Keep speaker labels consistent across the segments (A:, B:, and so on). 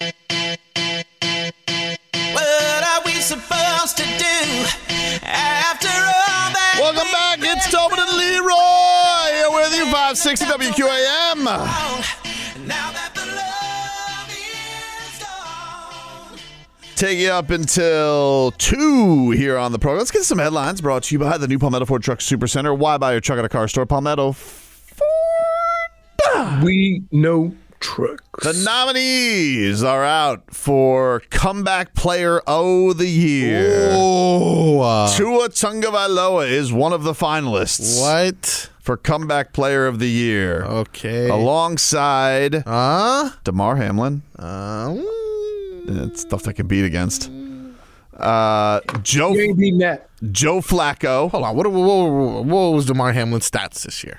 A: What are we supposed to do after all that?
B: Welcome back. It's Tobin and Leroy here with you, 560 WQAM.
A: Now that the love is gone.
B: Take you up until 2 here on the program. Let's get some headlines brought to you by the new Palmetto Ford Truck Supercenter. Why buy your truck at a car store? Palmetto
C: We know trucks.
B: The nominees are out for Comeback Player of the Year.
D: Oh, uh,
B: Tua Tungavailoa is one of the finalists
D: what?
B: for Comeback Player of the Year,
D: Okay.
B: alongside
D: Huh?
B: Damar Hamlin.
D: Um,
B: It's stuff they can beat against. Uh, Joe
C: You ain't beating that.
B: Joe Flacco.
D: hold on. What, what, what, what was Demar Hamlin's stats this year?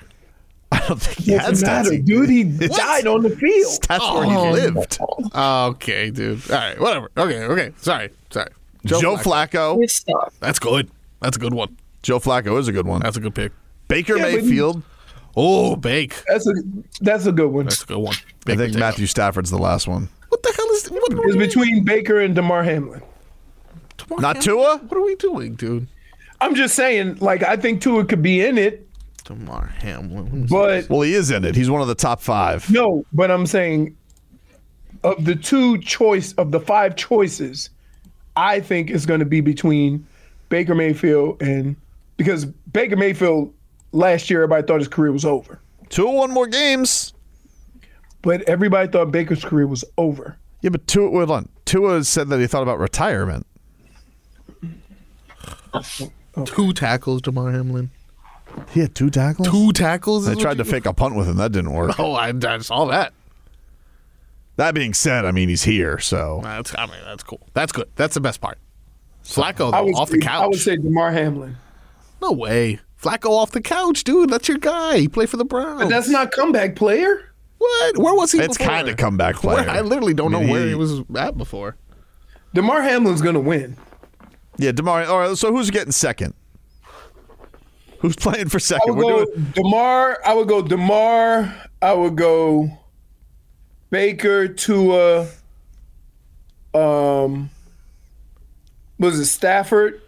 B: I don't think he had
C: Doesn't
B: stats.
C: matter,
B: He-
C: dude. He
B: What?
C: died on the field.
B: That's where he lived.
D: Okay, dude. All right, whatever. Okay, okay. Sorry, sorry.
B: Joe, Flacco.
E: Good stuff.
D: That's good. That's a good one.
B: Joe Flacco is a good one.
D: That's a good pick.
B: Baker
C: Yeah, but-
B: Mayfield.
D: Oh, bake.
C: That's a that's a good one.
D: That's a good one.
B: I
D: Bake
B: think
D: potato.
B: Matthew Stafford's the last one.
D: What the hell is? What,
C: It's between Baker and Demar Hamlin.
D: Demar
B: Not
D: Hamlin?
B: Tua?
D: What are we doing, dude?
C: I'm just saying, like I think Tua could be in it,
D: Demar Hamlin. Let me see.
C: but
B: Well, he is in it. He's one of the top five.
C: no. But I'm saying, of the two choice of the five choices, I think it's going to be between Baker Mayfield and because Baker Mayfield last year everybody thought his career was over,
B: Tua won more games.
C: but everybody thought Baker's career was over.
B: Yeah, but Tua, hold on. Tua said that he thought about retirement.
D: two tackles, Demar Hamlin.
B: He had two tackles.
D: Two tackles. is
B: They
D: what
B: tried to
D: you-
B: fake a punt with him. That didn't work.
D: Oh, I, I saw that.
B: That being said, I mean he's here, so
D: That's. I mean, that's cool. That's good. That's the best part. Flacco
C: I
D: though,
C: would,
D: off the couch.
C: I would say Demar Hamlin.
D: no way. Flacco off the couch, dude. That's your guy. He played for the Browns.
C: But that's not comeback player.
D: what. Where was he?
B: it's
D: before?
B: kind of comeback player.
D: Where- I literally don't
B: I mean,
D: know where
B: he-
D: he was at before.
C: Demar Hamlin's gonna win.
B: Yeah, Demar. All right, so who's getting second? Who's playing for
C: I
B: second?
C: would go Demar. I would go Demar. I would go Baker Tua. Um, was it Stafford?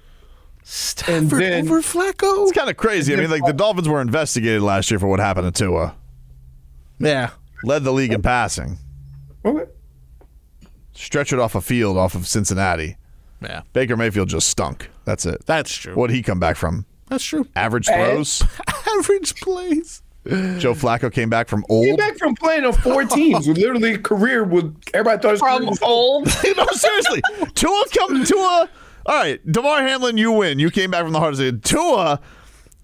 D: Stafford
C: then-
D: over Flacco.
B: It's kind of crazy. I mean, like the Dolphins were investigated last year for what happened to Tua.
D: Yeah.
B: Led the league in passing.
C: Okay.
B: Stretchered off a field off of Cincinnati.
D: Yeah.
B: Baker Mayfield just stunk. That's it.
D: That's true.
B: What'd he come back from?
D: That's true.
B: Average
C: Eh.
B: throws.
D: Average plays.
B: Joe Flacco came back from
C: Came
B: old.
C: back from playing on four teams with literally a career with everybody thought his career
E: From
C: was
E: old.
B: no, seriously. Tua come Tua. All right, Demar Hamlin, you win. You came back from the hardest. hit. Tua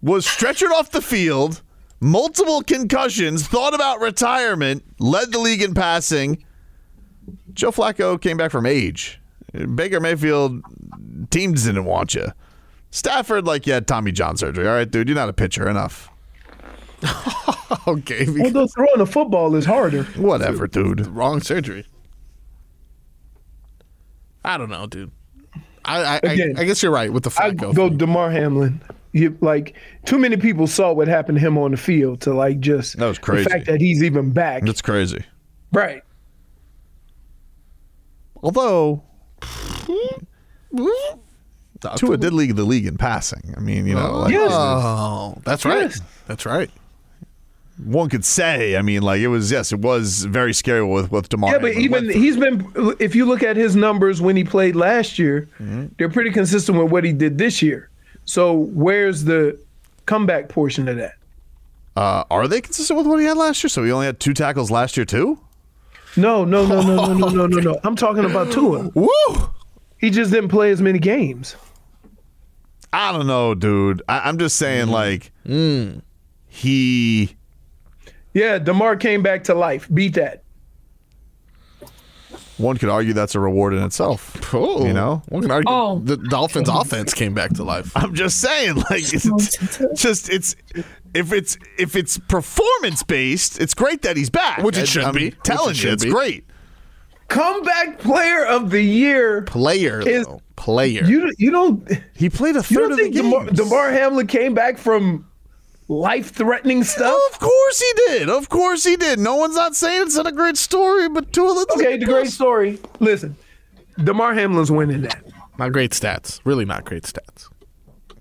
B: was stretchered off the field, multiple concussions, thought about retirement, led the league in passing. Joe Flacco came back from age. Baker Mayfield teams didn't want you. Stafford, like, you had Tommy John surgery. All right, dude, you're not a pitcher. Enough.
D: Okay. we-
C: Although throwing a football is harder.
B: Whatever, dude.
D: Wrong surgery. I don't know, dude. I I, I,
C: Again,
D: I guess you're right with the
C: I
D: Flacco.
C: go Demar Hamlin. You, like too many people saw what happened to him on the field to like just
B: That was crazy.
C: The fact that he's even back,
B: That's crazy.
C: right?
B: Although,
D: Doctor-
B: Tua did lead Oh, the league in passing. I mean, you know, like,
C: Yes.
D: Oh, that's right.
C: Yes.
D: That's right.
B: one could say. I mean, like it was. Yes, it was very scary with with Demar.
C: Yeah, but
B: Hamlin
C: even
B: went
C: he's been. If you look at his numbers when he played last year,
B: Mm-hmm.
C: they're pretty consistent with what he did this year. So where's the comeback portion of that?
B: Uh, are they consistent with what he had last year? So he only had two tackles last year too.
C: No, no, no, no, no, no, no, no, no. I'm talking about Tua.
B: Woo!
C: He just didn't play as many games.
B: I don't know, dude. I, I'm just saying, like Mm. he.
C: Yeah, Demar came back to life. Beat that.
B: One could argue that's a reward in itself.
D: Oh,
B: You know?
D: one can argue
E: Oh.
D: the Dolphins' offense came back to life.
B: I'm just saying, like, it's just it's if it's if it's performance based, it's great that he's back,
D: Which it
B: And
D: should
B: I'm
D: be.
B: Telling
D: Which
B: you,
D: it should
B: it's
D: be.
B: great.
C: Comeback player of the year.
D: Player,
C: Is-
D: though. Player.
C: You you don't
B: He played a
C: you
B: third
C: don't
B: of the
C: think
B: game.
C: Demar, Demar Hamlin came back from life threatening stuff?
B: Of course he did. Of course he did. No one's not saying it's not a great story, but two of the
C: Okay, the great story. Listen, Demar Hamlin's winning that.
D: Not great stats. Really not great stats.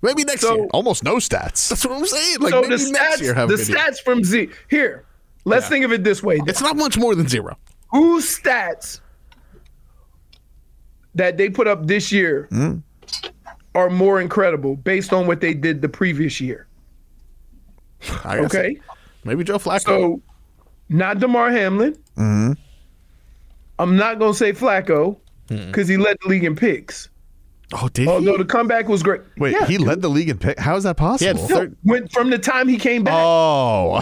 D: Maybe next
C: So-
D: year.
B: almost no stats.
D: That's what I'm saying. Like
C: So the
D: maybe next
C: stats,
D: year have a
C: the
D: video.
C: stats from Z here. Let's think of it this way:
D: It's not much more than zero.
C: whose stats that they put up this year
D: Hmm.
C: are more incredible based on what they did the previous year?
D: I guess.
C: Okay,
D: Maybe Joe Flacco.
C: so not Demar Hamlin. I'm not gonna say Flacco because he led the league in picks.
D: oh, did
C: Although
D: he?
C: the comeback was great.
B: Wait,
C: Yeah,
B: he led the league in pick. How is that possible?
D: Yeah,
C: no, when- from the time he came back.
B: Oh,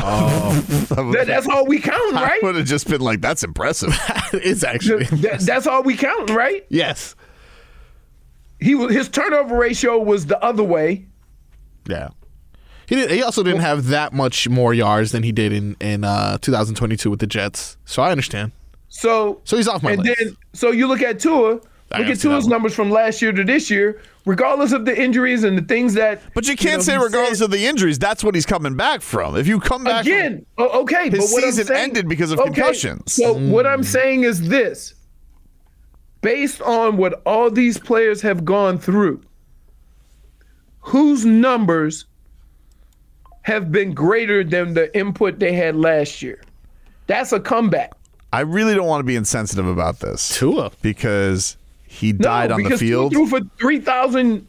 C: That- that's all we counting,
B: I
C: right?
B: would have just been like, "That's impressive."
D: it's actually.
C: That- that's all we counting, right?
D: yes.
C: He was his turnover ratio was the other way.
D: Yeah. He, did, he also didn't have that much more yards than he did in, in uh, 2022 with the Jets. So I understand.
C: So
D: So he's off my
C: and
D: list.
C: then so you look at Tua,
D: I
C: look
D: gotta
C: at
D: see that
C: Tua's
D: one.
C: numbers from last year to this year, regardless of the injuries and the things that.
B: But you can't
C: know,
B: say,
C: he
B: regardless
C: said-
B: of the injuries, that's what he's coming back from. If you come back from-
C: again. o- okay,
B: His
C: but what I'm
B: season
C: saying-
B: ended because of concussions.
C: So what I'm saying is this: based on what all these players have gone through, whose numbers have been greater than the input they had last year? That's a comeback.
B: I really don't want to be insensitive about this
D: Tua.
B: because he died on the
C: because
B: field.
C: He threw for three thousand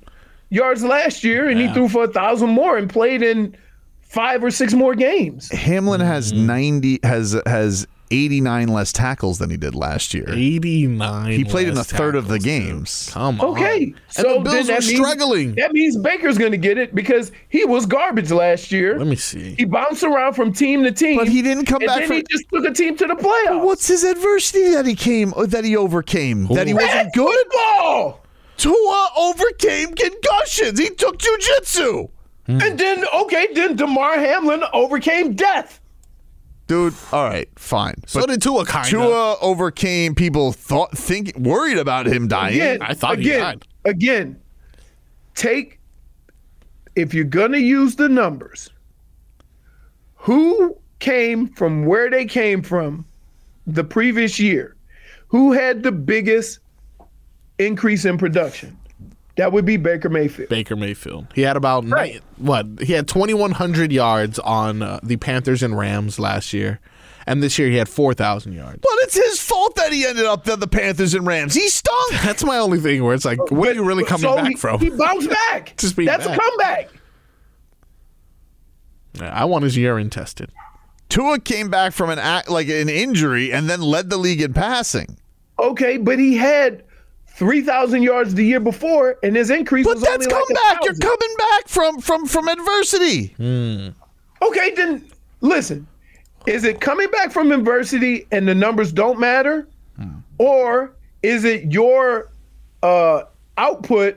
C: yards last year, and he threw for a thousand more, and played in five or six more games.
B: Hamlin has
D: Mm-hmm.
B: ninety has has eighty nine less tackles than he did last year.
D: 89.
B: He played in a
D: less
B: third of the
D: tackles, dude.
B: games.
D: Come on.
C: Okay,
D: And
C: so
D: the Bills
C: then that
D: were
C: means-
D: struggling.
C: That means Baker's going to get it because he was garbage last year.
D: Let me see.
C: He bounced around from team to team,
B: But he didn't come
C: and
B: back
C: Then
B: from-
C: he just took a team to the playoffs.
B: What's his adversity that he came uh, that he overcame? That he
C: That's
B: wasn't good.
C: football?
B: Tua overcame concussions. He took jujitsu. Hmm.
C: And then okay, then Demar Hamlin overcame death.
B: Dude, all right, fine.
D: So did Tua, kind of.
B: Tua overcame people thought think worried about him dying.
C: Again,
D: I thought he
C: again,
D: died.
C: Again, take if you're gonna use the numbers, who came from where they came from the previous year? Who had the biggest increase in production? That would be Baker Mayfield.
D: Baker Mayfield. He had about
C: Right.
D: ni- what? He had 2100 yards on uh, the Panthers and Rams last year. And this year he had 4000 yards.
B: But it's his fault that he ended up at the Panthers and Rams. He stunk.
D: That's my only thing where it's like, where are you really coming
C: So
D: back
C: he,
D: from?
C: He bounced back.
D: Just being
C: That's
D: back.
C: a comeback.
D: I want his urine tested.
B: Tua came back from an act, like an injury and then led the league in passing.
C: Okay, but he had three thousand yards the year before, and his increase
B: But
C: was
B: that's
C: only
B: come
C: like
B: back. You're
C: 1,000.
B: coming back from from from adversity.
C: Okay, then listen. Is it coming back from adversity and the numbers don't matter?
B: Hmm.
C: Or is it your uh, output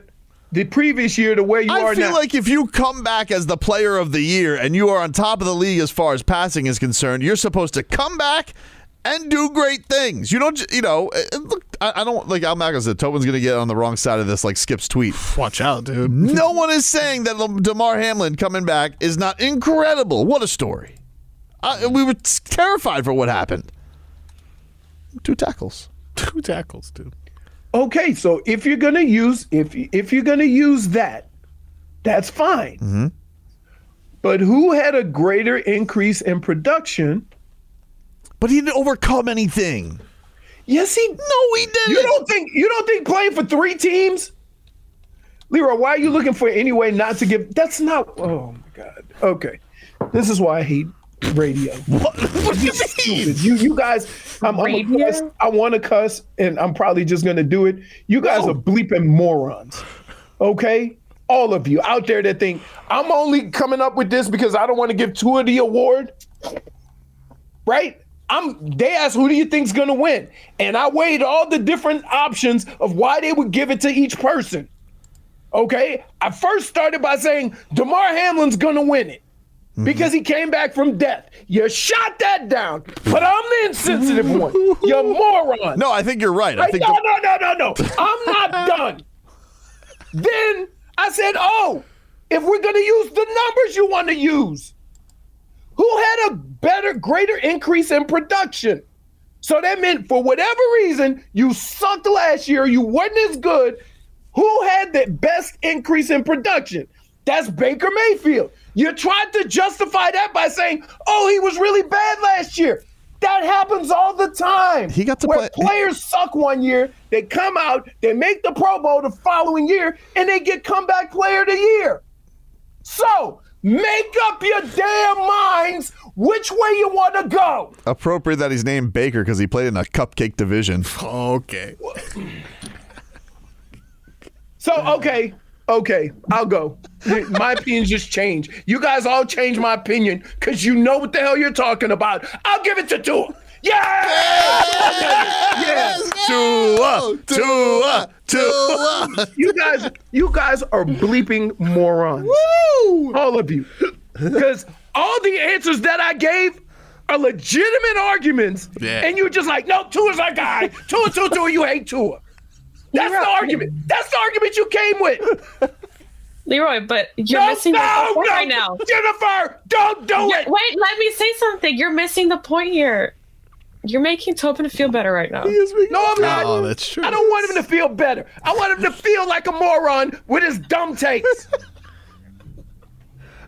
C: the previous year to where you
B: I
C: are
B: feel
C: now?
B: like if you come back as the player of the year and you are on top of the league as far as passing is concerned, you're supposed to come back and do great things. You don't, j- you know. eh, eh, Look, I, I don't like. I'm not gonna say Tobin's gonna get on the wrong side of this, like Skip's tweet.
D: Watch out, dude.
B: no one is saying that Lam- Damar Hamlin coming back is not incredible. What a story! I, we were t- terrified for what happened. Two tackles.
D: Two tackles, dude.
C: okay, so if you're gonna
B: Mm-hmm.
C: use if if you're gonna use that, that's fine. But who had a greater increase in production?
B: But he didn't overcome anything.
C: Yes, he. No, he didn't. You don't think you don't think playing for three teams, Leroy? Why are you looking for any way not to give? That's not. Oh my God. Okay, this is why I hate radio.
B: What, what do you mean?
C: You you guys, I'm, I'm a cuss, I want to cuss, and I'm probably just gonna do it. You guys are bleeping morons. Okay, all of you out there that think I'm only coming up with this because I don't want to give Tua the award, right? I'm. They asked, who do you think's gonna win? And I weighed all the different options of why they would give it to each person. Okay, I first started by saying Damar Hamlin's gonna win it because he came back from death. You shot that down, but I'm the insensitive one. You moron.
B: No, I think you're right. I
C: Like,
B: think
C: no,
B: the-
C: no, no, no, no. I'm not done. Then I said, oh, if we're going to use the numbers you want to use, who had a better, greater increase in production? So that meant for whatever reason, you sucked last year, you weren't as good. Who had the best increase in production? That's Baker Mayfield. You tried to justify that by saying, oh, he was really bad last year. That happens all the time.
B: He got to
C: Where
B: play-
C: players suck one year, they come out, they make the Pro Bowl the following year, and they get comeback player of the year. So make up your damn minds which way you want to go.
B: appropriate that he's named Baker because he played in a cupcake division.
D: Okay.
C: So okay, okay, I'll go. My opinions just change. You guys all change my opinion because you know what the hell you're talking about. I'll give it to Tua. Yeah, yeah.
B: Tua, Tua, Tua.
C: You guys, you guys are bleeping morons. All of you, because all the answers that I gave. Are legitimate arguments,
D: Yeah.
C: and you're just like, no, Tua's our guy. Tua, Tua, Tua, you hate Tua. That's the argument. That's the argument you came with.
E: Leroy, but you're missing the point right now.
C: Jennifer, don't do
E: Yeah,
C: it.
E: Wait, let me say something. You're missing the point here. You're making Tobin feel better right now.
C: No, I'm not.
D: Oh, that's true.
C: I don't want him to feel better. I want him to feel like a moron with his dumb takes.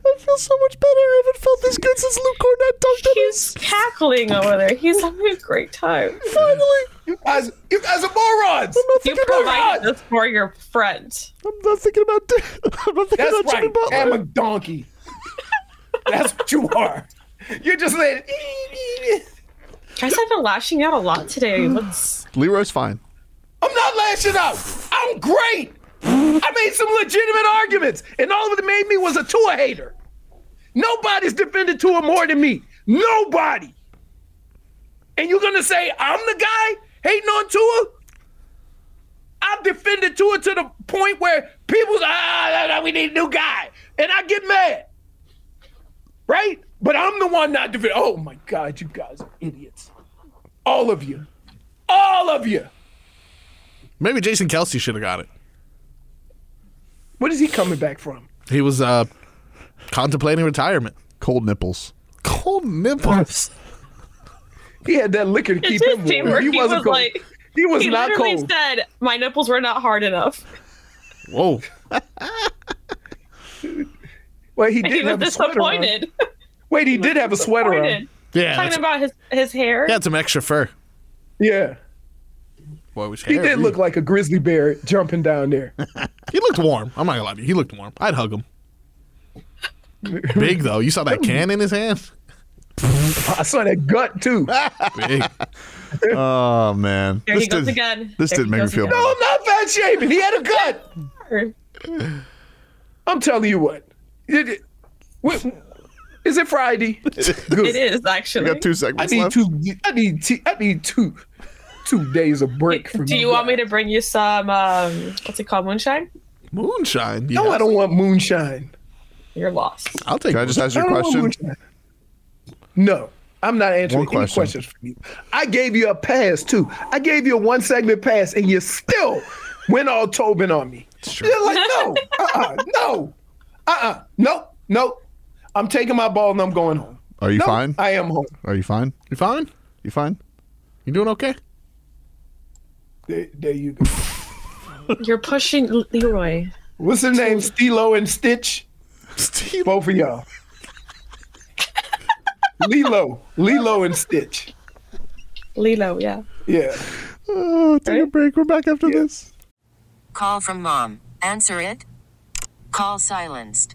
B: I feel so much better. I haven't felt this good since Luke Cornett dunked on
E: He's cackling over there. He's having a great time.
B: Finally,
C: you guys, you guys are morons.
E: You
C: about
E: provided
C: it.
E: this for your friend.
B: I'm not thinking about. I'm not thinking
C: That's
B: about Jimmy
C: right.
B: Butler.
C: I'm a donkey. That's what you are. You're just letting.
E: Guys, I've been lashing out a lot today. What's
D: Leroy's fine.
C: I'm not lashing out. I'm great. I made some legitimate arguments, and all of it made me was a tour hater. Nobody's defended Tua more than me. Nobody. And you're gonna say I'm the guy hating on Tua? I've defended Tua to the point where people's ah, ah, ah, we need a new guy, and I get mad, right? But I'm the one not defending. Oh my God, you guys are idiots, all of you, all of you.
D: Maybe Jason Kelsey should have got it.
C: What is he coming back from?
D: He was uh, contemplating retirement.
B: Cold nipples.
D: Cold nipples.
C: He had that liquor to keep
E: his
C: him
E: team
C: warm.
E: where
C: He
E: he
C: wasn't
E: was
C: cold.
E: like-
C: he was
E: he
C: not
E: literally
C: cold.
E: said my nipples were not hard enough.
D: Whoa.
C: Well, he did
E: He was
C: have a sweater on.
E: disappointed.
C: Wait, he did have a sweater
E: Disappointed.
C: on.
D: Yeah.
E: Talking
D: That's,
E: about his, his hair.
D: he had some extra fur.
C: Yeah,
D: Boy, his
C: he
D: hair-
C: did look like a grizzly bear jumping down there.
D: He looked warm. I'm not gonna lie to you. He looked warm. I'd hug him. Big though. You saw that can in his hand.
C: I saw that gut too. no,
E: Ah.
D: Big.
B: Oh man,
E: There he goes
B: did,
E: again.
B: This
E: There
B: didn't
E: he
B: make me
E: goes
B: feel.
E: again.
B: better.
C: I'm not fat shaming. He had a gut. I'm telling you what. It- it- what- Is it Friday?
E: It is actually.
B: We got two
C: I
B: segments
C: need
B: left.
C: two. I need. T- I need two. Two days of break from
E: Do you want me to bring you some um what's it called? Moonshine?
D: Moonshine.
C: No,
D: yes.
C: I don't want moonshine.
E: You're lost.
D: I'll take.
B: Can I just ask you a
C: I don't want
B: question?
C: moonshine. No, I'm not answering
B: One
C: any
B: question.
C: questions from you. I gave you a pass too. I gave you a one segment pass, and you still went all Tobin on me. You're like, no, uh-uh, no, uh-uh, nope, nope. I'm taking my ball and I'm going home.
B: Are you
C: No,
B: fine?
C: I am home.
B: Are you fine?
D: You fine?
B: You fine?
D: You doing okay?
C: There, there you go.
E: You're pushing Leroy.
C: What's her name? Stilo and Stitch.
D: Steve.
C: Both of y'all. Lilo, Lilo and Stitch.
E: Lilo, yeah.
C: Yeah.
B: Oh, take a break. We're back after this.
F: Call from mom. Answer it. Call silenced.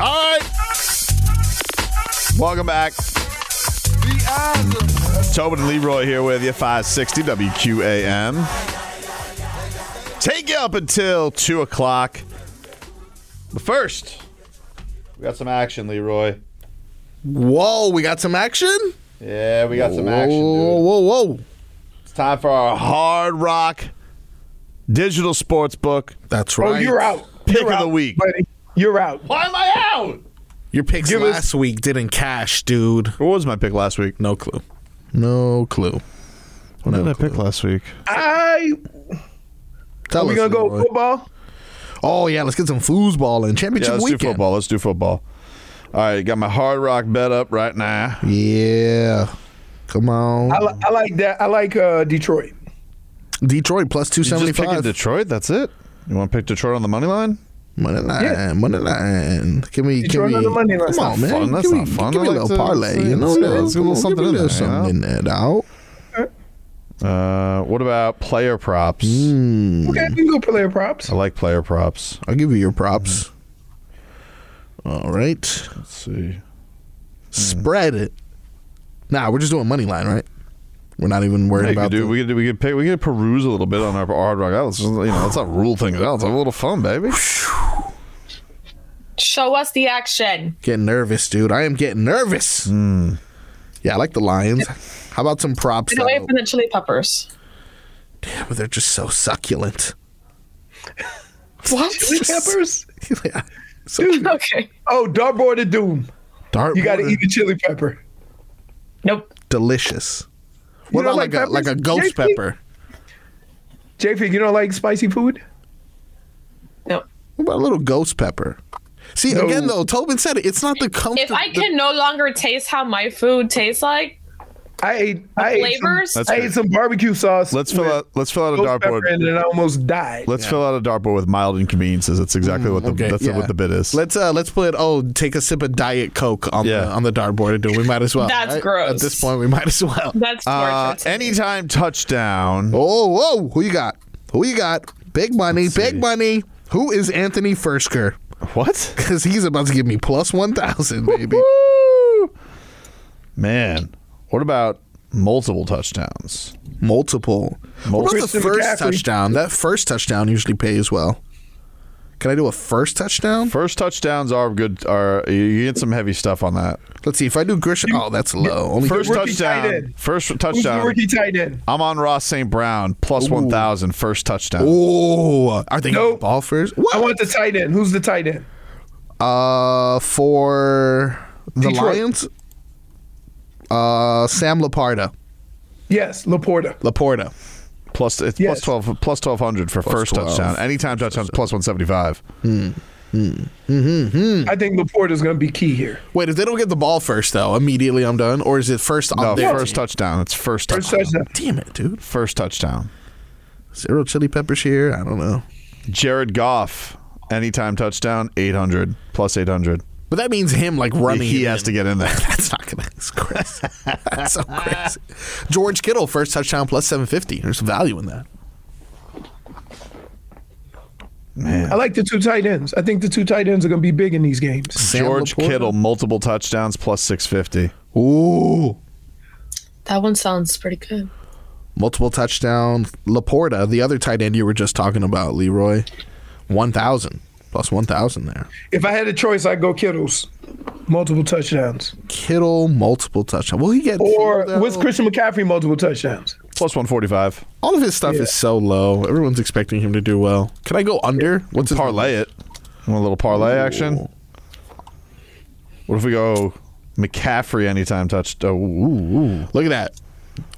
B: All right. Welcome back. Tobin and Leroy here with you, 560 WQAM. Take you up until 2 o'clock. But first, we got some action, Leroy.
D: Whoa, we got some action.
B: Yeah, we got some action,
D: Whoa,
B: dude.
D: whoa, whoa!
B: It's time for our Hard Rock Digital Sports Book
D: That's
C: Oh,
D: right.
C: you're out.
B: Pick
C: You're
B: of the
C: out,
B: week.
C: buddy. You're out.
B: Why am I out?
D: Your picks
C: Give us-
D: last week didn't cash, dude.
B: What was my pick last week?
D: No clue. No clue.
B: What did
D: No
B: I pick
D: clue.
B: last week?
C: I.
D: Tell
C: Are we
D: us,
C: gonna go
D: Leroy.
C: football?
D: Oh yeah, let's get some foosball in championship
B: Yeah, let's
D: weekend.
B: do football. Let's do football. All right, got my Hard Rock bet up right now.
D: Yeah, come on.
C: I, li- I like that. I like uh, Detroit.
D: Detroit plus two
B: You
D: seventy
B: just picking
D: five.
B: Detroit. That's it. You want to pick Detroit on the money line?
D: Money line, money line. Can we? Can
C: Detroit
D: we
C: on the money line.
D: Come on, man.
B: fun. That's
D: give
B: not
D: me,
B: fun.
D: Give
B: I
D: me a
B: like to-
D: little parlay.
B: yeah,
D: You know,
B: let's get a little
D: Give
B: something
D: me
B: in
D: a little
B: there, you
D: something in
B: know?
D: there. Out.
B: Uh, what about player props?
D: Mm-hmm.
C: Okay, we can go player props.
B: I like player props.
D: I'll give you your props. All right,
B: Let's see.
D: spread it. Nah, we're just doing money line, right? We're not even worried
B: Hey,
D: about.
B: dude,
D: the-
B: we could do, we could pick, we could peruse a little bit on our Hard Rock. Let's just, you know, let's not rule things out. Let's have a little fun, baby.
E: Show us the action.
D: Getting nervous, dude. I am getting nervous.
B: Hmm.
D: Yeah, I like the Lions. How about some props?
E: Get away
D: though?
E: from the chili peppers.
D: Yeah, but they're just so succulent.
E: What?
C: Chili peppers.
D: so
E: okay.
C: Oh, dartboard of doom.
D: dark.
C: You got to eat a chili pepper.
E: Nope.
D: delicious. What
C: don't
D: about
C: like
D: like, a like
C: peppers?
D: a ghost
C: Jeffy?
D: pepper?
C: JP, you don't like spicy food?
E: Nope.
D: What about a little ghost pepper? See again
C: No.
D: though, Tobin said it. It's not the comfort.
E: If I can no longer taste how my food tastes like
C: I ate. I ate some,
E: flavors,
B: That's
C: I
B: good.
C: ate some barbecue sauce.
B: Let's fill
C: with
B: out. Let's fill out a
C: ghost pepper
B: dartboard.
C: in it and I almost died.
B: Let's fill out a dartboard with mild inconveniences. That's exactly what the
D: okay,
B: that's
D: yeah.
B: what the bit is.
D: let's uh let's put oh take a sip of diet coke on
B: Yeah.
D: the on the dartboard. Dude, we might as well.
E: That's gross.
D: At this point, we might as well.
E: that's torture.
B: uh,
E: to me.
B: anytime touchdown.
D: Oh whoa, who you got? Who you got? Big money, big money. Who is Anthony Fersker?
B: What?
D: Because he's about to give me plus one thousand, baby.
B: Woo! Man, what about multiple touchdowns?
D: Multiple. What about the
C: Christian
D: first
C: McCaffrey.
D: touchdown? That first touchdown usually pays well. Can I do a first touchdown?
B: First touchdowns are good. Are you get some heavy stuff on that?
D: Let's see if I do Grisham. Oh, that's low. Only
B: First
C: rookie tight
B: touchdown.
C: end.
B: First
C: Who's the
B: touchdown.
C: rookie tight end?
B: I'm on Ross St. Brown plus one thousand. First touchdown.
D: Oh, are they
C: Nope.
D: ball first? What?
C: I want the tight end. Who's the tight end?
D: uh, for the
C: Detroit.
D: Lions, uh, Sam Laporta.
C: Yes, Laporta.
D: Laporta.
B: Plus it's plus
C: Yes.
B: twelve plus twelve hundred for first
D: 12.
B: touchdown. Anytime touchdowns plus one seventy five.
C: I think Laporta's going to be key here.
D: Wait, if they don't get the ball first, though, immediately I'm done. Or is it first on
B: No,
D: their
B: first touchdown. It's first
C: First
D: Oh,
B: touchdown.
C: touchdown.
D: Damn it, dude.
B: First touchdown.
D: Zero chili peppers here. I don't know.
B: Jared Goff. Anytime touchdown. Eight hundred plus eight hundred.
D: But that means him like running.
B: he
D: it
B: has
D: in.
B: to get in there.
D: That's not gonna. That's crazy. That's so crazy. George Kittle first touchdown plus seven fifty. There's value in that.
C: I like the two tight ends. I think the two tight ends are going to be big in these games.
D: Sam
B: George
D: Laporta.
B: Kittle, multiple touchdowns, plus 650.
D: Ooh,
E: That one sounds pretty good.
D: multiple touchdown. Laporta, the other tight end you were just talking about, Leroy, one thousand plus one thousand there.
C: If I had a choice, I'd go Kittles, multiple touchdowns,
D: Kittle multiple touchdown. Will he get
C: or
D: though?
C: with Christian McCaffrey, multiple touchdowns.
B: Plus 145.
D: all of his stuff is so low. Everyone's expecting him to do well. Can I go under? What's his
B: Parlay it. Want a little parlay action? What if we go McCaffrey anytime touched? Oh, ooh, ooh.
D: Look at that.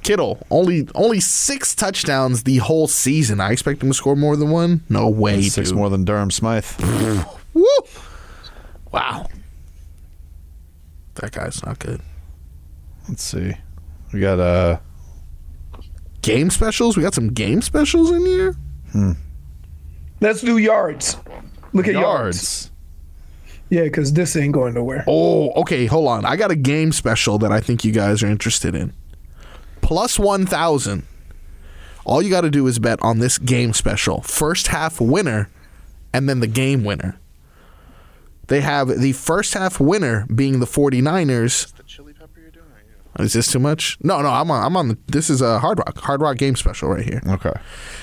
D: Kittle only only six touchdowns the whole season. I expect him to score more than one. No way,
B: six
D: dude.
B: more than Durham Smythe.
D: Woo! Wow, that guy's not good.
B: Let's see. We got uh
D: Game specials. We got some game specials in here.
C: Let's do yards. Look at
B: yards.
C: yards. Yeah, because this ain't going nowhere.
D: Oh, okay. Hold on. I got a game special that I think you guys are interested in. Plus 1,000. All you got to do is bet on this game special. First half winner and then the game winner. They have the first half winner being the 49ers. Is this too much? No, no, I'm on. I'm on. The, this is a Hard Rock, Hard Rock game special right here.
B: Okay.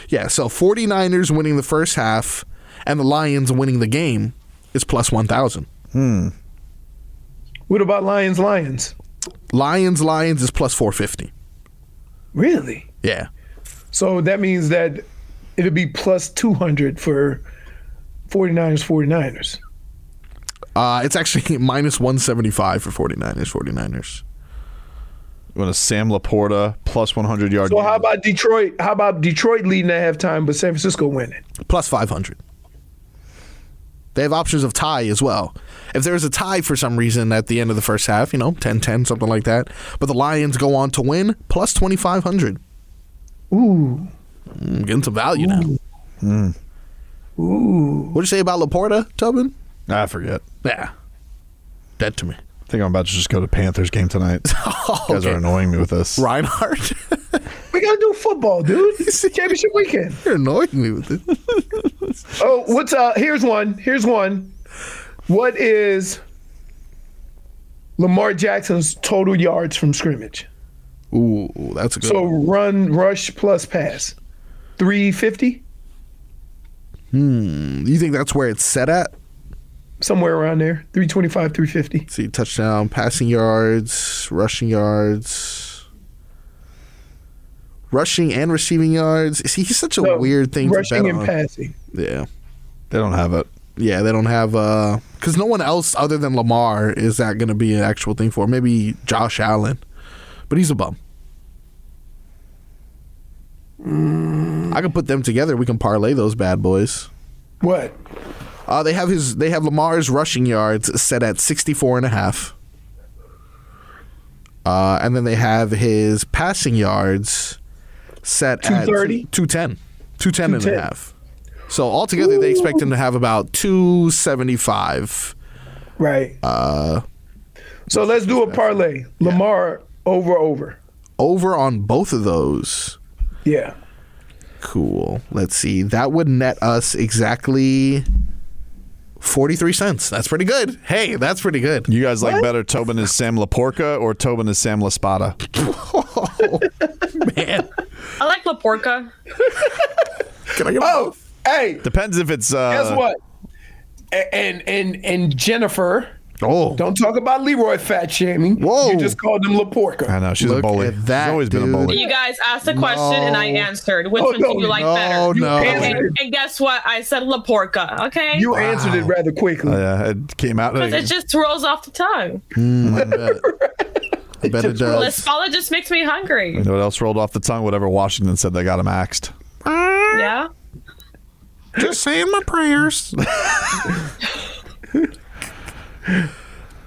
D: Yeah, so 49ers winning the first half and the Lions winning the game is plus 1,000.
C: What about Lions? Lions?
D: Lions, Lions is plus 450.
C: Really?
D: Yeah.
C: So that means that it'll be plus 200 for 49ers, 49ers.
D: Uh, it's actually minus 175 for 49ers, 49ers.
B: We want a Sam Laporta plus 100 yard.
C: So
B: game.
C: how about Detroit? How about Detroit leading at halftime, but San Francisco winning?
D: Plus 500. They have options of tie as well. If there's a tie for some reason at the end of the first half, you know, 10 10, something like that, but the Lions go on to win, plus 2,500.
C: Ooh,
D: Mm, getting some value now. Mm.
C: ooh.
D: What'd you say about Laporta, Tubman?
B: I Ah, forget.
D: Yeah. Dead to me.
B: I think I'm about to just go to Panthers game tonight. You guys
D: okay.
B: are annoying me with this.
D: Reinhardt?
C: We gotta do football, dude. It's championship weekend.
D: You're annoying me with it.
C: Oh, what's uh? Here's one. Here's one. What is Lamar Jackson's total yards from scrimmage?
D: Ooh, that's a good
C: So
D: one.
C: run, rush plus pass, three fifty
D: You think that's where it's set at?
C: somewhere around there, three twenty five, three fifty.
D: see touchdown passing yards rushing yards rushing and receiving yards see he's such a weird thing to
C: Rushing
D: bet
C: and
D: on
C: passing.
D: yeah
B: They don't have it.
D: yeah they don't have uh because no one else other than lamar is that going to be an actual thing for maybe josh allen but he's a bum
C: Mm.
D: i can put them together we can parlay those bad boys
C: What?
D: uh, they have his they have Lamar's rushing yards set at 64 and a half. Uh, and then they have his passing yards set at
C: 230?
D: 210. 210 and
C: 210.
D: a half. So altogether they expect him to have about 275.
C: Right. Uh. So let's do a parlay. Lamar over over.
D: Over on both of those.
C: Yeah.
D: Cool. Let's see. That would net us exactly 43 cents. That's pretty good. Hey, that's pretty good.
B: You guys like better Tobin is Sam Laporca or Tobin is Sam Laspada?
E: I like Laporca.
D: Can I get
C: Oh, hey,
B: Depends if it's uh
C: guess what? A- And and and Jennifer,
D: Oh.
C: don't talk about Leroy fat shaming.
D: Whoa.
C: You just called him
B: I
C: Laporca.
B: know, she's a
D: Look
B: bully.
D: at
B: She's
D: that,
B: always been a bully.
E: You guys asked a question and I answered. Which
C: Oh,
E: one
C: no,
E: do you like
D: no,
E: better?
D: no.
E: And, and guess what? I said Laporca. Okay.
C: You answered it rather quickly.
B: Yeah, it came out.
E: it just rolls off the tongue.
D: I bet it does.
E: Lispala just makes me hungry.
B: You know what else rolled off the tongue? Whatever Washington said, they got him axed.
E: Yeah.
D: Just saying my prayers.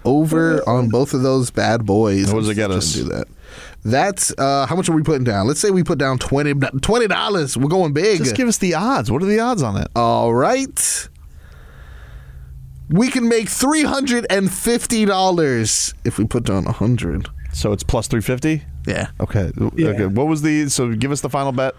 D: Over on both of those bad boys.
B: What does
D: I'm
B: it get
D: trying
B: us?
D: to Do that. That's uh, how much are we putting down? Let's say we put down twenty dollars. We're going big.
B: Uh, Just give us the odds. What are the odds on it?
D: All right. We can make three hundred and fifty dollars if we put down a hundred.
B: So it's plus 350?
D: Yeah. Oh,
B: Okay. okay. What was the so give us the final bet?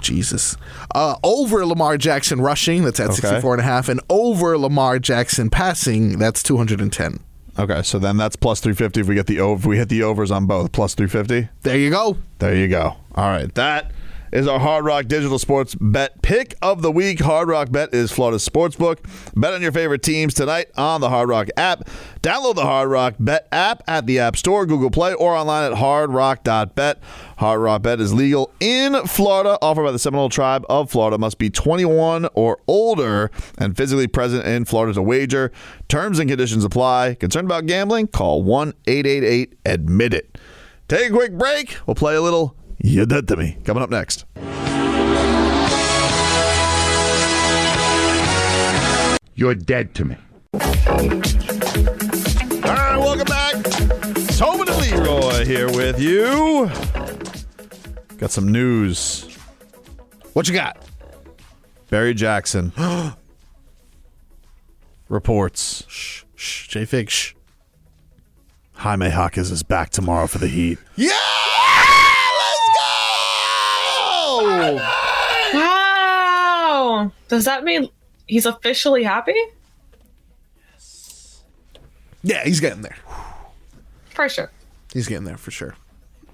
D: Jesus. Uh, over Lamar Jackson rushing, that's at
B: Okay.
D: sixty four and a half, and over Lamar Jackson passing, that's 210.
B: Okay, so then that's plus 350 if we get the over if we hit the overs on both. Plus 350.
D: There you go.
B: There you go. All right, that is our Hard Rock Digital Sports Bet pick of the week. Hard Rock Bet is Florida's sportsbook. Bet on your favorite teams tonight on the Hard Rock app. Download the Hard Rock Bet app at the App Store, Google Play, or online at hardrock.bet. Hard Rock Bet is legal in Florida, offered by the Seminole Tribe of Florida. Must be 21 or older and physically present in Florida to wager. Terms and conditions apply. Concerned about gambling? Call 1 888 Admit It. Take a quick break. We'll play a little You Dead to Me coming up next.
G: You're dead to me.
B: All right, welcome back. It's Tobin and Leroy here with you. Got some news.
D: What you got?
B: Barry Jackson reports
D: Shh, J Fig. Shh.
B: Jaime Hawkins is back tomorrow for the Heat.
D: Yeah! Let's go!
E: Wow. Does that mean he's officially happy?
D: Yeah, he's getting there.
E: For sure.
D: He's getting there for sure.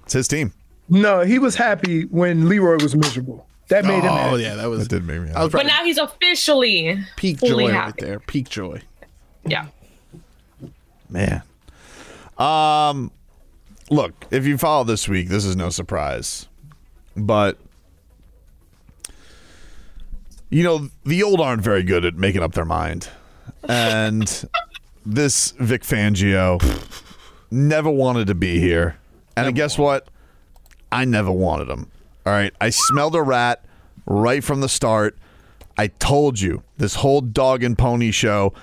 B: It's his team.
C: No, he was happy when Leroy was miserable. That made him
D: Oh
C: happy.
D: yeah, that was
B: That did make me
D: That was
E: But
D: probably
E: now he's officially
D: peak
E: fully
D: joy right
E: happy.
D: there. Peak joy.
E: Yeah.
B: Man. Um look, if you follow this week, this is no surprise. But you know, the old aren't very good at making up their mind. And this Vic Fangio never wanted to be here. And guess what? I never wanted him. All right. I smelled a rat right from the start. I told you this whole dog and pony show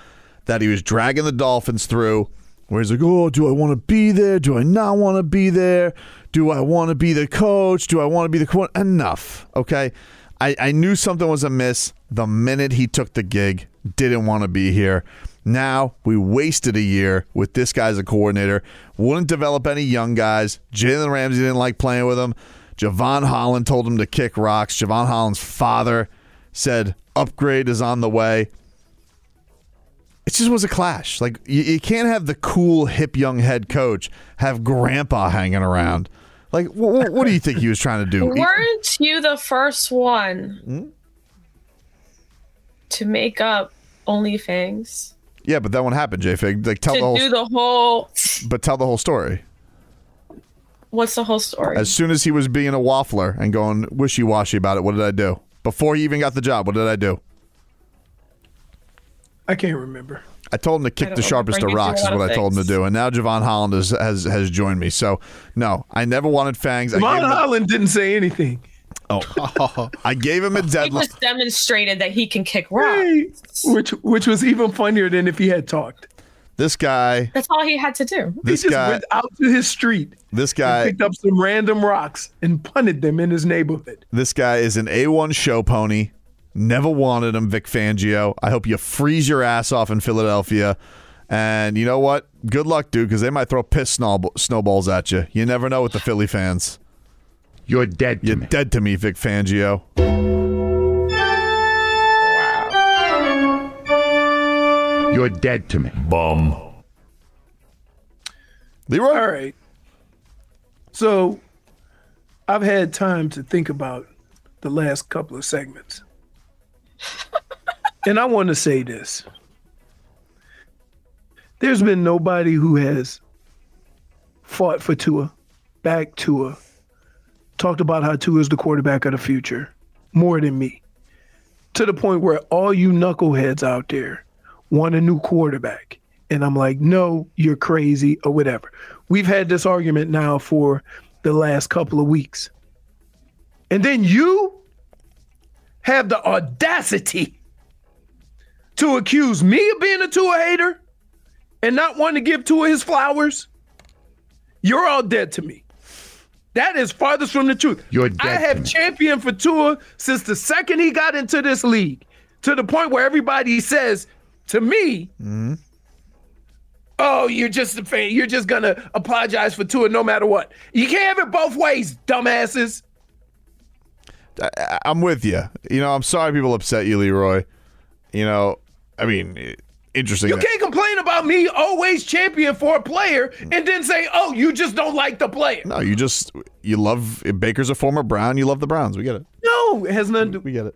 B: that he was dragging the Dolphins through, where he's like, oh, do I want to be there? Do I not want to be there? Do I want to be the coach? Do I want to be the coach? Enough. Okay. I, I knew something was amiss the minute he took the gig, didn't want to be here. Now we wasted a year with this guy as a coordinator. Wouldn't develop any young guys. Jalen Ramsey didn't like playing with him. Javon Holland told him to kick rocks. Javon Holland's father said upgrade is on the way. It just was a clash. Like you, you can't have the cool hip young head coach have grandpa hanging around. Like wh- wh- what do you think he was trying to do? He-
E: Weren't you the first one
C: Hmm?
E: to make up OnlyFans?
B: yeah, but that one happened, J Fig. Like tell
E: To
B: the whole
E: do the whole.
B: but tell the whole story.
E: What's the whole story?
B: As soon as he was being a waffler and going wishy washy about it, what did I do? Before he even got the job, what did I do?
C: I can't remember.
B: I told him to
E: I
B: kick
E: don't
B: the
E: know.
B: sharpest
E: Bring
B: of
E: me to a
B: rocks is
E: lot of
B: what I told him to
E: things.
B: do, and now Javon Holland has has, has joined me. So no, I never wanted fangs. I gave,
C: Von
B: him a,
C: Holland didn't say anything.
B: Oh, I gave him a
E: he
B: deadline.
E: just demonstrated that he can kick rocks.
C: Hey, which which was even funnier than if he had talked.
B: This guy,
E: That's all he had to do.
B: this
C: he just
B: guy,
C: went out to his street,
B: this guy,
C: picked up some random rocks, and punted them in his neighborhood.
B: this guy is an A1 show pony. Never wanted him, Vic Fangio. I hope you freeze your ass off in Philadelphia. And you know what? Good luck, dude, because they might throw piss snowb- snowballs at you. You never know with the Philly fans.
G: You're dead to
B: You're
G: me.
B: dead to me, Vic Fangio.
G: You're dead to me.
B: Leroy,
C: All right. So I've had time to think about the last couple of segments. and I want to say this. There's been nobody who has fought for Tua, backed Tua, talked about how Tua is the quarterback of the future more than me. To the point where all you knuckleheads out there want a new quarterback. And I'm like, no, you're crazy or whatever. We've had this argument now for the last couple of weeks. And then you have the audacity to accuse me of being a Tua hater and not wanting to give Tua his flowers. You're all dead to me. That is farthest from the truth.
G: You're dead
C: I
G: to
C: have
G: me.
C: championed for Tua since the second he got into this league to the point where everybody says to me, oh, you're just a fan. You're just gonna apologize for Tua no matter what. You can't have it both ways, dumbasses.
B: I- I'm with you. You know, I'm sorry people upset you, Leroy. You know, I mean, i- interesting.
C: You can't complain about me always champion for a player and then say, oh, you just don't like the player.
B: no, you just you love if Baker's a former Brown. You love the Browns. We get it.
C: No, it has nothing to do.
B: We get it.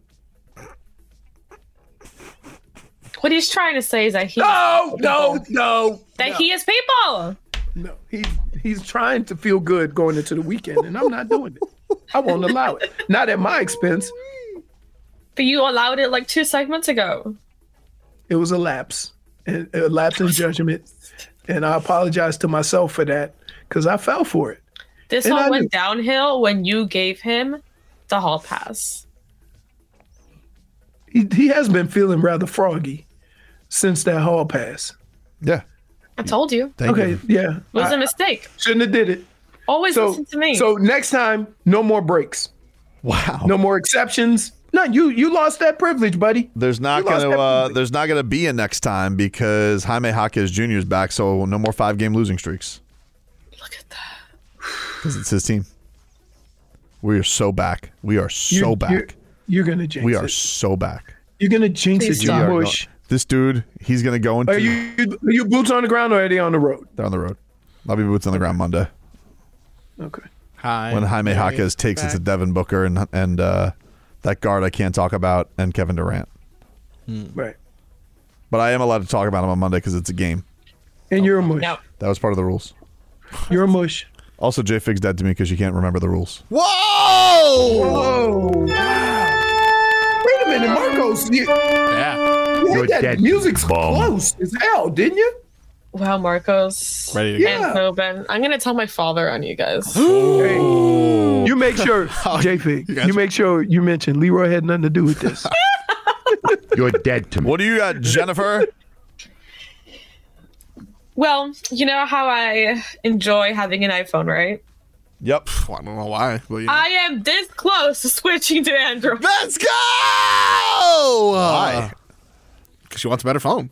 E: What he's trying to say is that he
C: No, no, Oh, no.
E: that he is people.
C: No, he's he's trying to feel good going into the weekend, and I'm not doing it. I won't allow it. Not at my expense.
E: But you allowed it like two segments ago.
C: It was a lapse, and a lapse in judgment, and I apologize to myself for that because I fell for it.
E: This
C: And I
E: all
C: knew-
E: went downhill when you gave him the hall pass.
C: He he has been feeling rather froggy since that hall pass.
B: Yeah.
E: I told you. It
B: Thank
C: okay,
B: you.
C: yeah,
E: was
C: I
E: a mistake.
C: shouldn't have did it.
E: Always
C: So
E: listen to me.
C: so next time, no more breaks,
B: Wow.
C: no more exceptions. No, you you lost that privilege, buddy.
B: There's not
C: We lost
B: gonna uh,
C: everybody.
B: there's not gonna be a next time because Jaime Jaquez Jr. is back, so no more five game losing streaks
E: Look at that.
B: because it's his team. We are so back. We are so
C: You're-
B: back.
C: You're, you're gonna jinx
B: we
C: it.
B: are so back.
C: You're gonna jinx
E: Please
C: it,
E: You
C: you
B: We are
C: bush.
B: go- this dude, he's gonna go into
C: Are you are you boots on the ground or are they on the road?
B: they're on the road. I'll be boots on the ground Monday Mm.
C: Okay.
D: Hi.
B: when Jaime Jaquez takes it to Devin Booker and and uh, that guard I can't talk about and Kevin Durant.
C: Right.
B: But I am allowed to talk about him on Monday because it's a game.
C: And you're a mush.
E: No.
B: That was part of the rules.
C: You're a mush.
B: Also, Jay Fig's dead to me because you can't remember the rules.
D: Whoa!
C: Oh. Wait a minute, Marcos. You,
D: Yeah.
C: you
G: You're
C: heard that
G: dead,
C: music's
G: bum.
C: close as hell, didn't you?
E: Wow, Marcos.
D: Ready to
C: Yeah.
E: And Tobin. I'm gonna tell my father on you guys.
C: Hey, you make sure, JP, Oh, you, make sure you mention Leroy had nothing to do with this.
G: You're dead to me.
B: What do you got, Jennifer?
E: Well, you know how I enjoy having an iPhone, right?
B: yep.
D: go. I don't know why. But yeah.
E: I am this close to switching to Android.
D: Let's go! Uh, Why? Because she wants a better phone.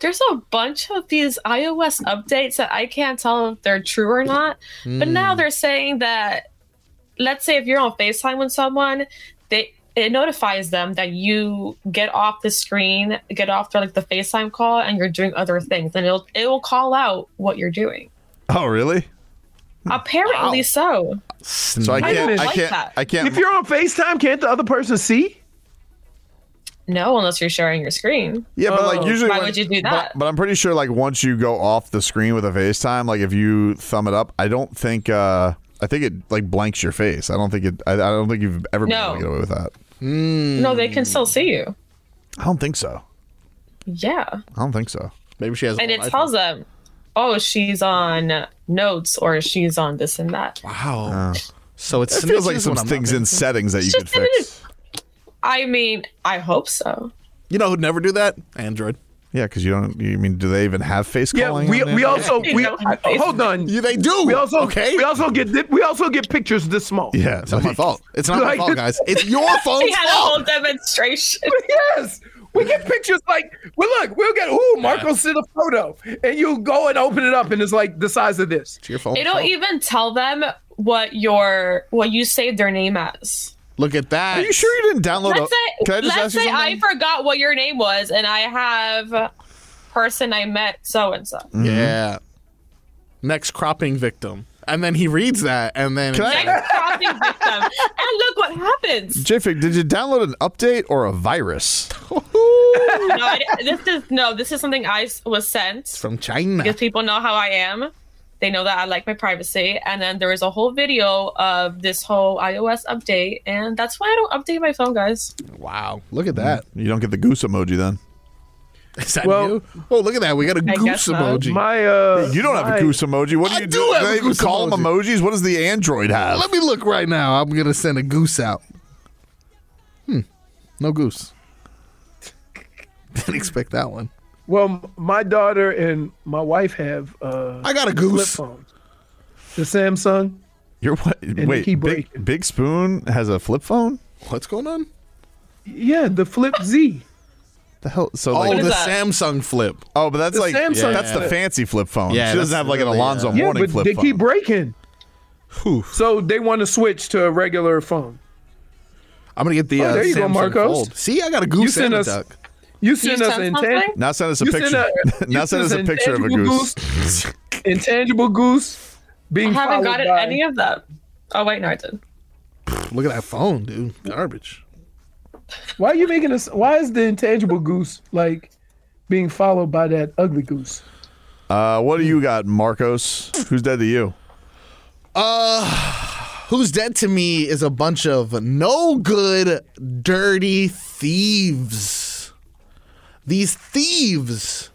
E: There's a bunch of these iOS updates that I can't tell if they're true or not. But now they're saying that, let's say if you're on FaceTime with someone, they it notifies them that you get off the screen, get off the, like the FaceTime call, and you're doing other things, and it'll it will call out what you're doing.
B: Oh, really?
E: Apparently so.
B: So I
E: I
B: can't. I,
E: don't like
B: can't.
E: that.
B: I can't.
C: if you're on FaceTime, can't the other person see?
E: No, unless you're sharing your screen.
B: yeah, but like
C: Oh.
B: usually.
E: Why
B: when-
E: would you do
B: but-
E: that?
B: But, I'm pretty sure like once you go off the screen with a FaceTime, like if you thumb it up, I don't think. uh I think it like blanks your face. I don't think it. I, I don't think you've ever been
E: No.
B: able to get away with that.
E: No, they can still see you.
B: I don't think so.
E: Yeah.
B: I don't think so.
D: Maybe she has. an
E: And
D: old
E: it
D: iPhone.
E: tells them, oh, she's on notes or she's on this and that.
D: Wow. so it's
B: It feels like some things in settings that you could
E: Just a minute.
B: fix.
E: I mean, I hope so.
D: You know who'd never do that? Android.
B: Yeah, because you don't. You mean do they even have face
C: Yeah,
B: calling?
C: we,
B: on
C: we
B: there?
C: also
E: You
C: we
E: know how FaceTime-
C: hold on.
D: Yeah, they do.
C: We also
D: okay.
C: We also get thi- we also get pictures this small.
B: Yeah,
D: it's not my
B: like-
D: fault. It's not my
C: Like-
D: fault, guys. It's your
E: We
D: phone's
E: had a whole
D: fault.
E: demonstration.
C: Yes. We get pictures like, well, look, we'll get, ooh, Marcos did a photo. And you go and open it up, and it's like the size of this.
D: It's your phone's
E: It'll
D: fault.
E: even tell them what your what you saved their name as.
D: Look at that.
B: Are you sure you didn't download?
E: Let's
B: a-
E: say,
B: Can I just
E: let's
B: ask you
E: say I
B: something?
E: forgot what your name was, and I have person I met so and so.
B: Mm.
D: Yeah.
C: Mm-hmm.
D: Next cropping victim. And then he reads that, and then
B: Can I-
E: Next crossing victim, and look what happens.
B: Jfig, did you download an update or a virus?
E: No, I, this is no. This is something I s- was sent.
D: from China.
E: because people know how I am. They know that I like my privacy. And then there is a whole video of this whole iOS update, and that's why I don't update my phone, guys.
D: Wow. Look at that.
B: You don't get the goose emoji then.
D: Is that
C: Mm. Well-
D: you? Oh, look at that. We got a
E: I
D: goose
E: guess not.
D: emoji.
C: My, uh,
B: You don't have
C: my-
B: a goose emoji. What do
D: I
B: you
D: do have
B: do
D: a
B: they even
D: goose
B: call them emojis? What does the Android have?
D: Let me look right now. I'm gonna send a goose out. Hmm. No goose. Didn't expect that one.
C: Well, my daughter and my wife have uh,
D: I got a
C: flip
D: goose.
C: phones. The Samsung.
B: You're what? Wait, Big,
C: keep breaking.
B: Big Spoon has a flip phone.
D: What's going on?
C: Yeah, the Flip Z.
B: The hell? So
D: Oh,
B: like,
D: the
E: is that?
D: Samsung Flip.
B: oh, but that's
C: The
B: like
C: Samsung
B: that's the
C: flip.
B: fancy flip phone.
D: Yeah,
B: she
D: that's
B: doesn't have like an
D: really, uh,
B: Alonzo
C: Yeah,
B: Morning
C: but
B: flip
C: they
B: phone.
C: keep breaking. So they want to switch to a regular phone.
D: I'm gonna get the.
C: Oh,
D: uh,
C: there you go,
D: Samsung
C: Marcos.
D: Fold. See, I got a goose
C: You sent
D: and a
C: us-
D: duck.
C: You send
E: You
C: us
E: sent
C: an intangible.
E: something?
B: now send us a picture. now send us a picture of a goose.
C: intangible goose
E: I
C: being followed
E: haven't gotten
C: by
E: any of them. Oh wait, no, I did.
D: Look at that phone, dude. Garbage.
C: Why are you making us? Why is the intangible goose like being followed by that ugly goose?
B: Uh, what do you got, Marcos? Who's dead to you?
D: Who's dead to me is a bunch of no good, dirty thieves. These thieves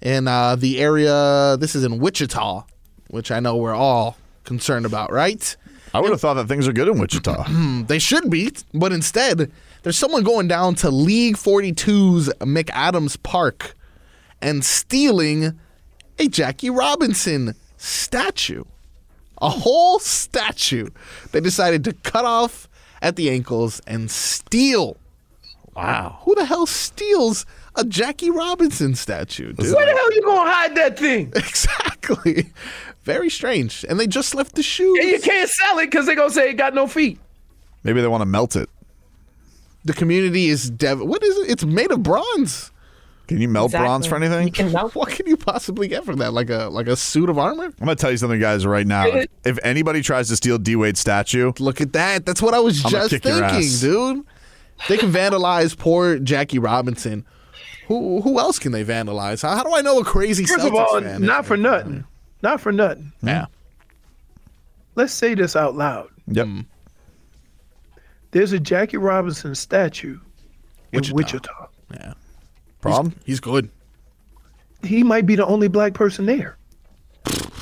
D: in uh, the area. This is in Wichita, which I know we're all concerned about, right?
B: I would have thought that things are good in Wichita.
D: They should be, but instead, there's someone going down to League 42's McAdams Park and stealing a Jackie Robinson statue. A whole statue. They decided to cut off at the ankles and steal. Wow. Who the hell steals a Jackie Robinson statue, dude?
C: Where the hell you gonna hide that thing?
D: Exactly. Very strange. And they just left the shoes.
C: And you can't sell it because they gonna say it got no feet.
B: Maybe they want to melt it.
D: The community is dev. What is it? It's made of bronze.
B: Can you melt bronze for anything?
E: You can melt.
D: What can you possibly get from that? Like a like a suit of armor?
B: I'm gonna tell you something, guys, right now. If, if anybody tries to steal D Wade's statue,
D: Look at that. That's what I was
B: I'ma
D: just
B: kick your
D: thinking,
B: ass.
D: dude. They can vandalize poor Jackie Robinson. Who who else can they vandalize? How, how do I know a crazy
C: First
D: Celtics
C: of all,
D: fan?
C: not for nothing. Not for nothing.
D: Yeah.
E: mm.
C: Let's say this out loud.
B: yep.
E: Mm.
C: There's a Jackie Robinson statue
D: Wichita.
C: in Wichita.
D: Yeah.
B: Problem?
D: He's good.
C: He might be the only black person there,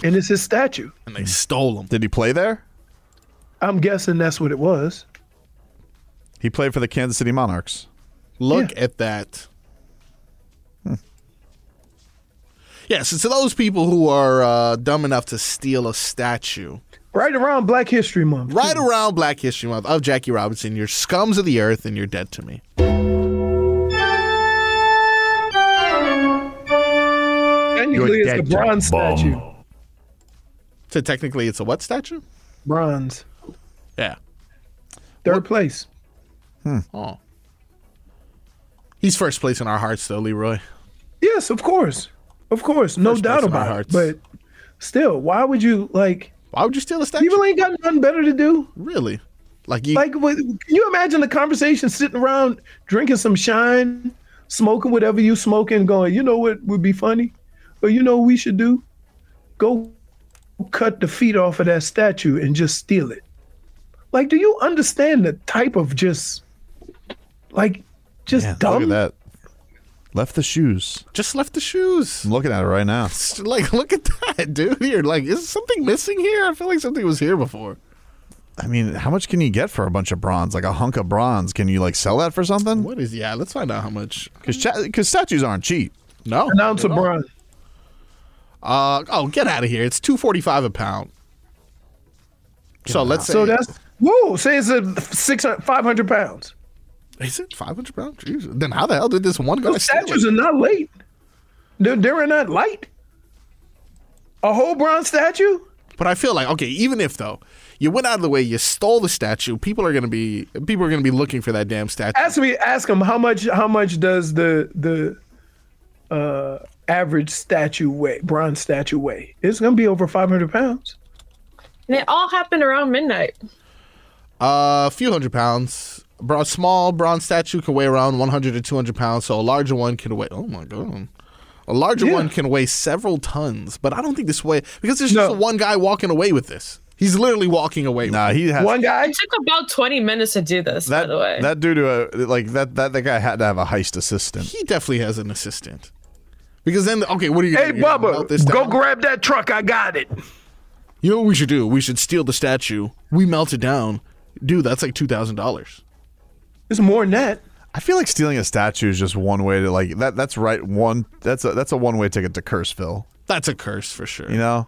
C: and it's his statue.
D: And
B: Hmm.
D: they stole him.
B: Did he play there?
C: I'm guessing that's what it was.
B: He played for the Kansas City Monarchs.
D: Look
C: Yeah.
D: at that.
B: Hmm.
D: Yeah, so to those people who are uh, dumb enough to steal a statue,
C: Right around Black History Month.
D: right
B: Hmm.
D: around Black History Month of Jackie Robinson, you're scums of the earth and you're dead to me.
C: Technically,
G: You're
C: it's the
G: dead to
C: bronze
G: bum.
C: statue.
D: So technically, it's a what statue?
C: Bronze.
D: Yeah.
C: Third place.
D: Oh. He's first place in our hearts, though, Leroy.
C: Yes, of course. Of course. No
D: First place
C: doubt
D: in our
C: about it.
D: hearts.
C: But still, why would you like
D: Why would you steal a statue?
C: people ain't got nothing better to do?
D: Really? Like you?
C: Like what, can you imagine the conversation sitting around drinking some shine, smoking whatever you smoking, going, you know what would be funny? Or you know what we should do? Go cut the feet off of that statue and just steal it. Like, do you understand the type of just like just
B: Look
E: Mm.
C: dumb?
B: at that. Left the shoes.
D: just left the shoes.
B: I'm looking at it right now.
D: Like, look at that, dude. You're like, is something missing here? I feel like something was here before.
B: I mean, how much can you get for a bunch of bronze? Like a hunk of bronze? Can you like sell that for something?
D: What is? Yeah, let's find out how much.
B: Because statues aren't cheap.
D: No.
C: An ounce of bronze.
D: Uh, oh, get out of here. It's two forty five a pound. so let's say.
C: So that's whoa. Say it's a 600, 500 pounds.
D: is it five hundred pounds? Jesus. Then how the hell did this one guy
C: Those
D: steal
C: statues
D: it?
C: are not light. They're, they're not light. A whole bronze statue.
D: But I feel like okay, even if though you went out of the way, you stole the statue. People are gonna be people are gonna be looking for that damn statue.
C: Ask me. Ask him how much. How much does the the uh, average statue weigh? Bronze statue weigh? It's gonna be over five hundred pounds.
E: And it all happened around midnight.
D: A few hundred pounds. Bro- A small bronze statue can weigh around 100 to 200 pounds, so a larger one can weigh. Oh my god. A larger
C: Yeah.
D: one can weigh several tons, but I don't think this weigh because there's
C: No.
D: just one guy walking away with this. He's literally walking away.
B: Nah, he has
C: One guy.
E: It took about twenty minutes to do this. by
B: that.
E: the way,
B: That dude to a like that that that guy had to have a heist assistant.
D: with it. He definitely has an assistant. Because then, okay, what are you?
C: Hey
D: gonna do? You're gonna
C: Bubba,
D: melt this
C: go
D: down?
C: grab that truck. I got it.
D: You know what we should do? We should steal the statue. We melt it down, dude. That's like two thousand dollars.
C: It's more than that.
B: I feel like stealing a statue is just one way to like that. That's right. One. That's a that's a one way ticket to Curseville.
D: That's a curse for sure.
B: You know,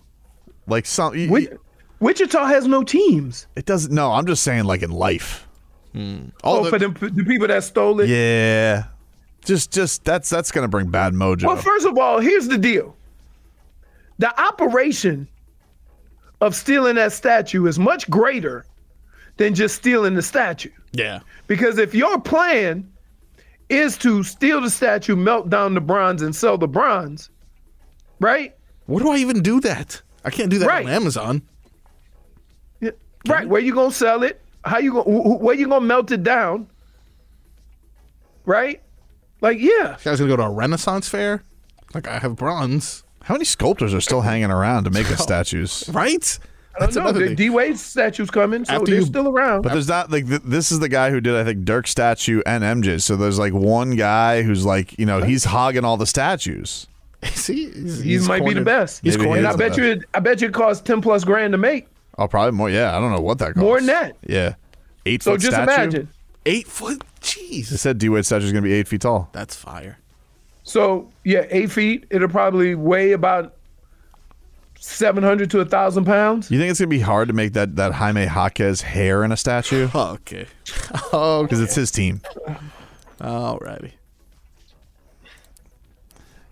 B: like some. you-
C: Wi- Wichita has no teams.
B: It doesn't. No, I'm just saying, like in life.
D: All
C: Oh,
D: the-
C: for the, the people that stole it.
B: Yeah. Just, just that's that's gonna bring bad mojo.
C: Well, first of all, here's the deal. The operation of stealing that statue is much greater than just stealing the statue.
D: Yeah.
C: Because if your plan is to steal the statue, melt down the bronze, and sell the bronze, right?
D: Where do I even do that? I can't do that
C: Right.
D: on Amazon.
C: Yeah. Right. Where you gonna sell it? How you gonna? wh- wh- Where you gonna melt it down? Right. Like yeah.
D: This guy's gonna go to a Renaissance fair. Like I have bronze,
B: How many sculptors are still hanging around to make us statues?
D: right?
C: I don't know.
D: another
C: The
D: thing.
C: D Wade statue's coming, so
D: After
C: they're
D: you-
C: still around.
B: But there's not like th- this is the guy who did I think Dirk's statue and MJ's. So there's like one guy who's like you know he's hogging all the statues.
D: See, he's,
C: he might be the
D: cornered.
C: best.
B: He's Maybe he cornered.
C: And
B: is
C: I
B: the
C: bet
B: best.
C: you, it, I bet you, it costs ten plus grand to make.
B: Oh, probably more. Yeah, I don't know what that costs.
C: More than that.
B: Yeah, eight
C: So
B: foot
C: just
B: statue.
C: imagine.
D: Eight foot.
B: They
D: Jesus,
B: said D Wade statue is gonna be eight feet tall.
D: that's fire.
C: So yeah, eight feet. It'll probably weigh about seven hundred to thousand pounds.
B: You think it's gonna be hard to make that that Jaime Jaquez hair in a statue?
D: Oh, okay.
B: Because it's his team.
D: Alrighty.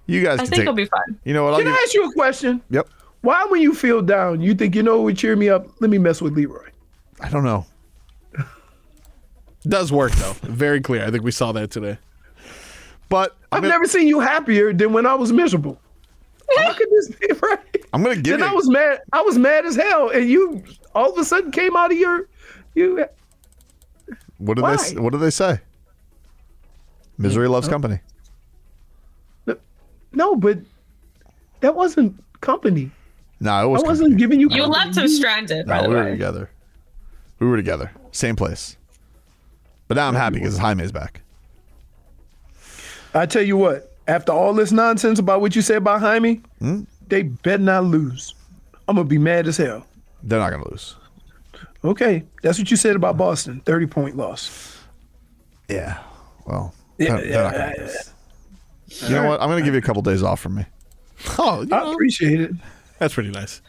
B: You guys
E: I
B: can
E: think
B: take.
E: it'll be fun.
B: you know what? I'll
C: Can I
B: give-
C: ask you a question?
B: yep.
C: Why, when you feel down, you think you know what would cheer me up? Let me mess with Leroy.
B: I don't know.
D: Does work though. Very clear. I think we saw that today.
B: But
C: I've
B: I'm gonna,
C: never seen you happier than when I was miserable. How could this be right?
B: I'm gonna give
C: Then
B: you.
C: I was mad. I was mad as hell, and you all of a sudden came out of your you.
B: what do they? s-
C: Why?
B: What do they say? Misery loves company.
C: No, but that wasn't company.
B: No, it was.
C: I
B: company.
C: wasn't giving you.
E: You left him stranded, by
B: No,
E: the
B: we were
E: way.
B: together. We were together, same place. But now I'm happy because Jaime's back.
C: I tell you what. After all this nonsense about what you said about Jaime, they better not lose. I'm gonna be mad as hell.
B: They're not gonna lose.
C: Okay, that's what you said about Boston. Thirty point loss.
B: Yeah. Well, they're, they're not gonna lose. You know what? I'm gonna give you a couple days off from me.
D: Oh, you
C: I
D: know,
C: appreciate it.
D: that's pretty nice.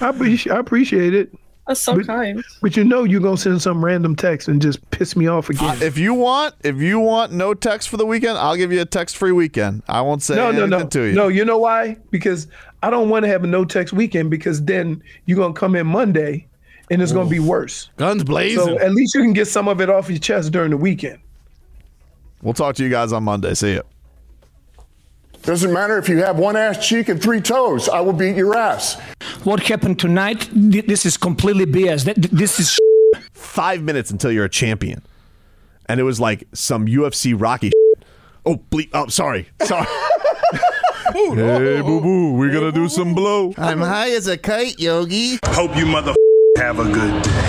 C: I appreciate. I appreciate it.
E: That's so kind.
C: But you know you're gonna send some random text and just piss me off again.
B: If you want, if you want no text for the weekend, I'll give you a text-free weekend. I won't say
C: no, no,
B: anything
C: no.
B: to you.
C: No, you know why? Because I don't want to have a no text weekend because then you're gonna come in Monday and it's gonna be worse.
D: Guns blazing.
C: So at least you can get some of it off your chest during the weekend.
B: We'll talk to you guys on Monday. See you.
H: Doesn't matter if you have one ass cheek and three toes. I will beat your ass.
I: What happened tonight? th- This is completely BS. That- This is
B: Five minutes until you're a champion, and it was like some UFC Rocky. Oh bleep! Oh, sorry, sorry. hey, boo boo, we're gonna do some blow.
A: I'm high as a kite, Yogi.
J: Hope you mother have a good day.